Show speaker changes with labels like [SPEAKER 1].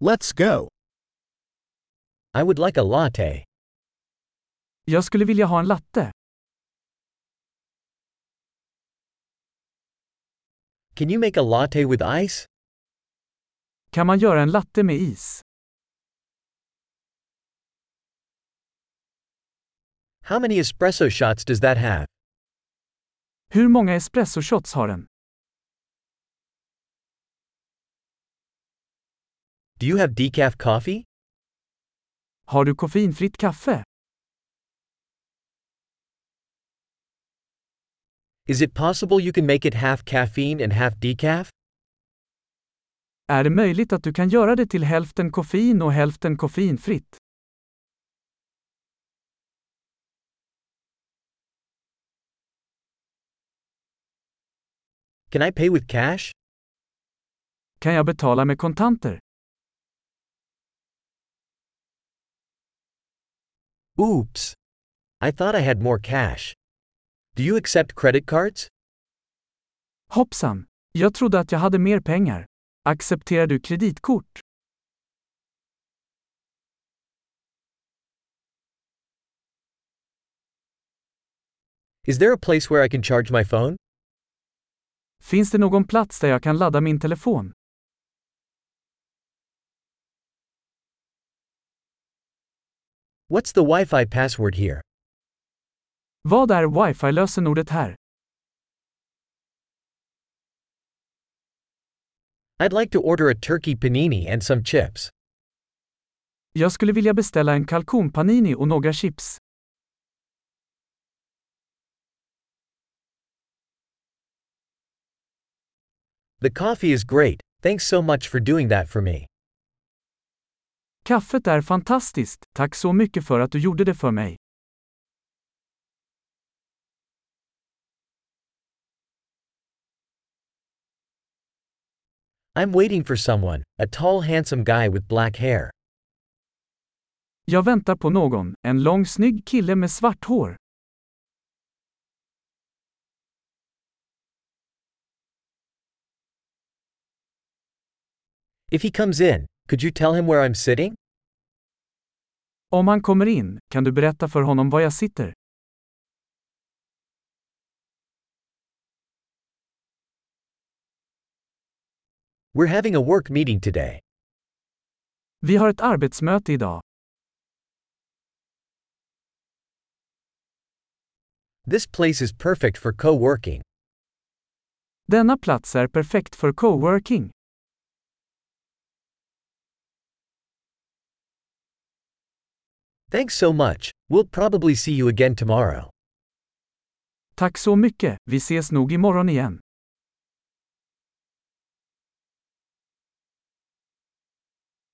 [SPEAKER 1] Let's go.
[SPEAKER 2] I would like a latte.
[SPEAKER 3] Jag skulle vilja ha en latte.
[SPEAKER 2] Can you make a latte with ice?
[SPEAKER 3] Kan man göra en latte med is?
[SPEAKER 2] How many espresso shots does that have?
[SPEAKER 3] Hur många espressoshots har den?
[SPEAKER 2] Do you have decaf coffee?
[SPEAKER 3] Har du koffeinfritt kaffe?
[SPEAKER 2] Is it possible you can make it half caffeine and half decaf?
[SPEAKER 3] Är det möjligt att du kan göra det till hälften koffein och hälften koffeinfritt?
[SPEAKER 2] Can I pay with cash?
[SPEAKER 3] Kan jag betala med kontanter?
[SPEAKER 2] Oops. I thought I had more cash. Do you accept credit cards?
[SPEAKER 3] Hoppsan! Jag trodde att jag hade mer pengar. Accepterar du kreditkort?
[SPEAKER 2] Is there a place where I can charge my phone?
[SPEAKER 3] Finns det någon plats där jag kan ladda min telefon?
[SPEAKER 2] What's the Wi Fi password here?
[SPEAKER 3] Vad är wifi-lösenordet här?
[SPEAKER 2] I'd like to order a turkey panini and some chips.
[SPEAKER 3] Jag skulle vilja beställa en kalkonpanini och några chips.
[SPEAKER 2] The coffee is great, thanks so much for doing that for me.
[SPEAKER 3] Kaffet är fantastiskt, tack så mycket för att du gjorde det för mig.
[SPEAKER 2] I'm waiting for someone, a tall, handsome guy with black hair.
[SPEAKER 3] Jag väntar på någon, en lång snygg kille med svart hår.
[SPEAKER 2] If he comes in, could you tell him where I'm sitting?
[SPEAKER 3] Om han kommer in, kan du berätta för honom var jag sitter?
[SPEAKER 2] We're having a work meeting today.
[SPEAKER 3] Vi har ett arbetsmöte idag.
[SPEAKER 2] This place is perfect for co working.
[SPEAKER 3] Denna plats är perfekt för coworking.
[SPEAKER 2] Thanks so much. We'll probably see you again tomorrow.
[SPEAKER 3] Tack så mycket, vi ses nog imorgon igen.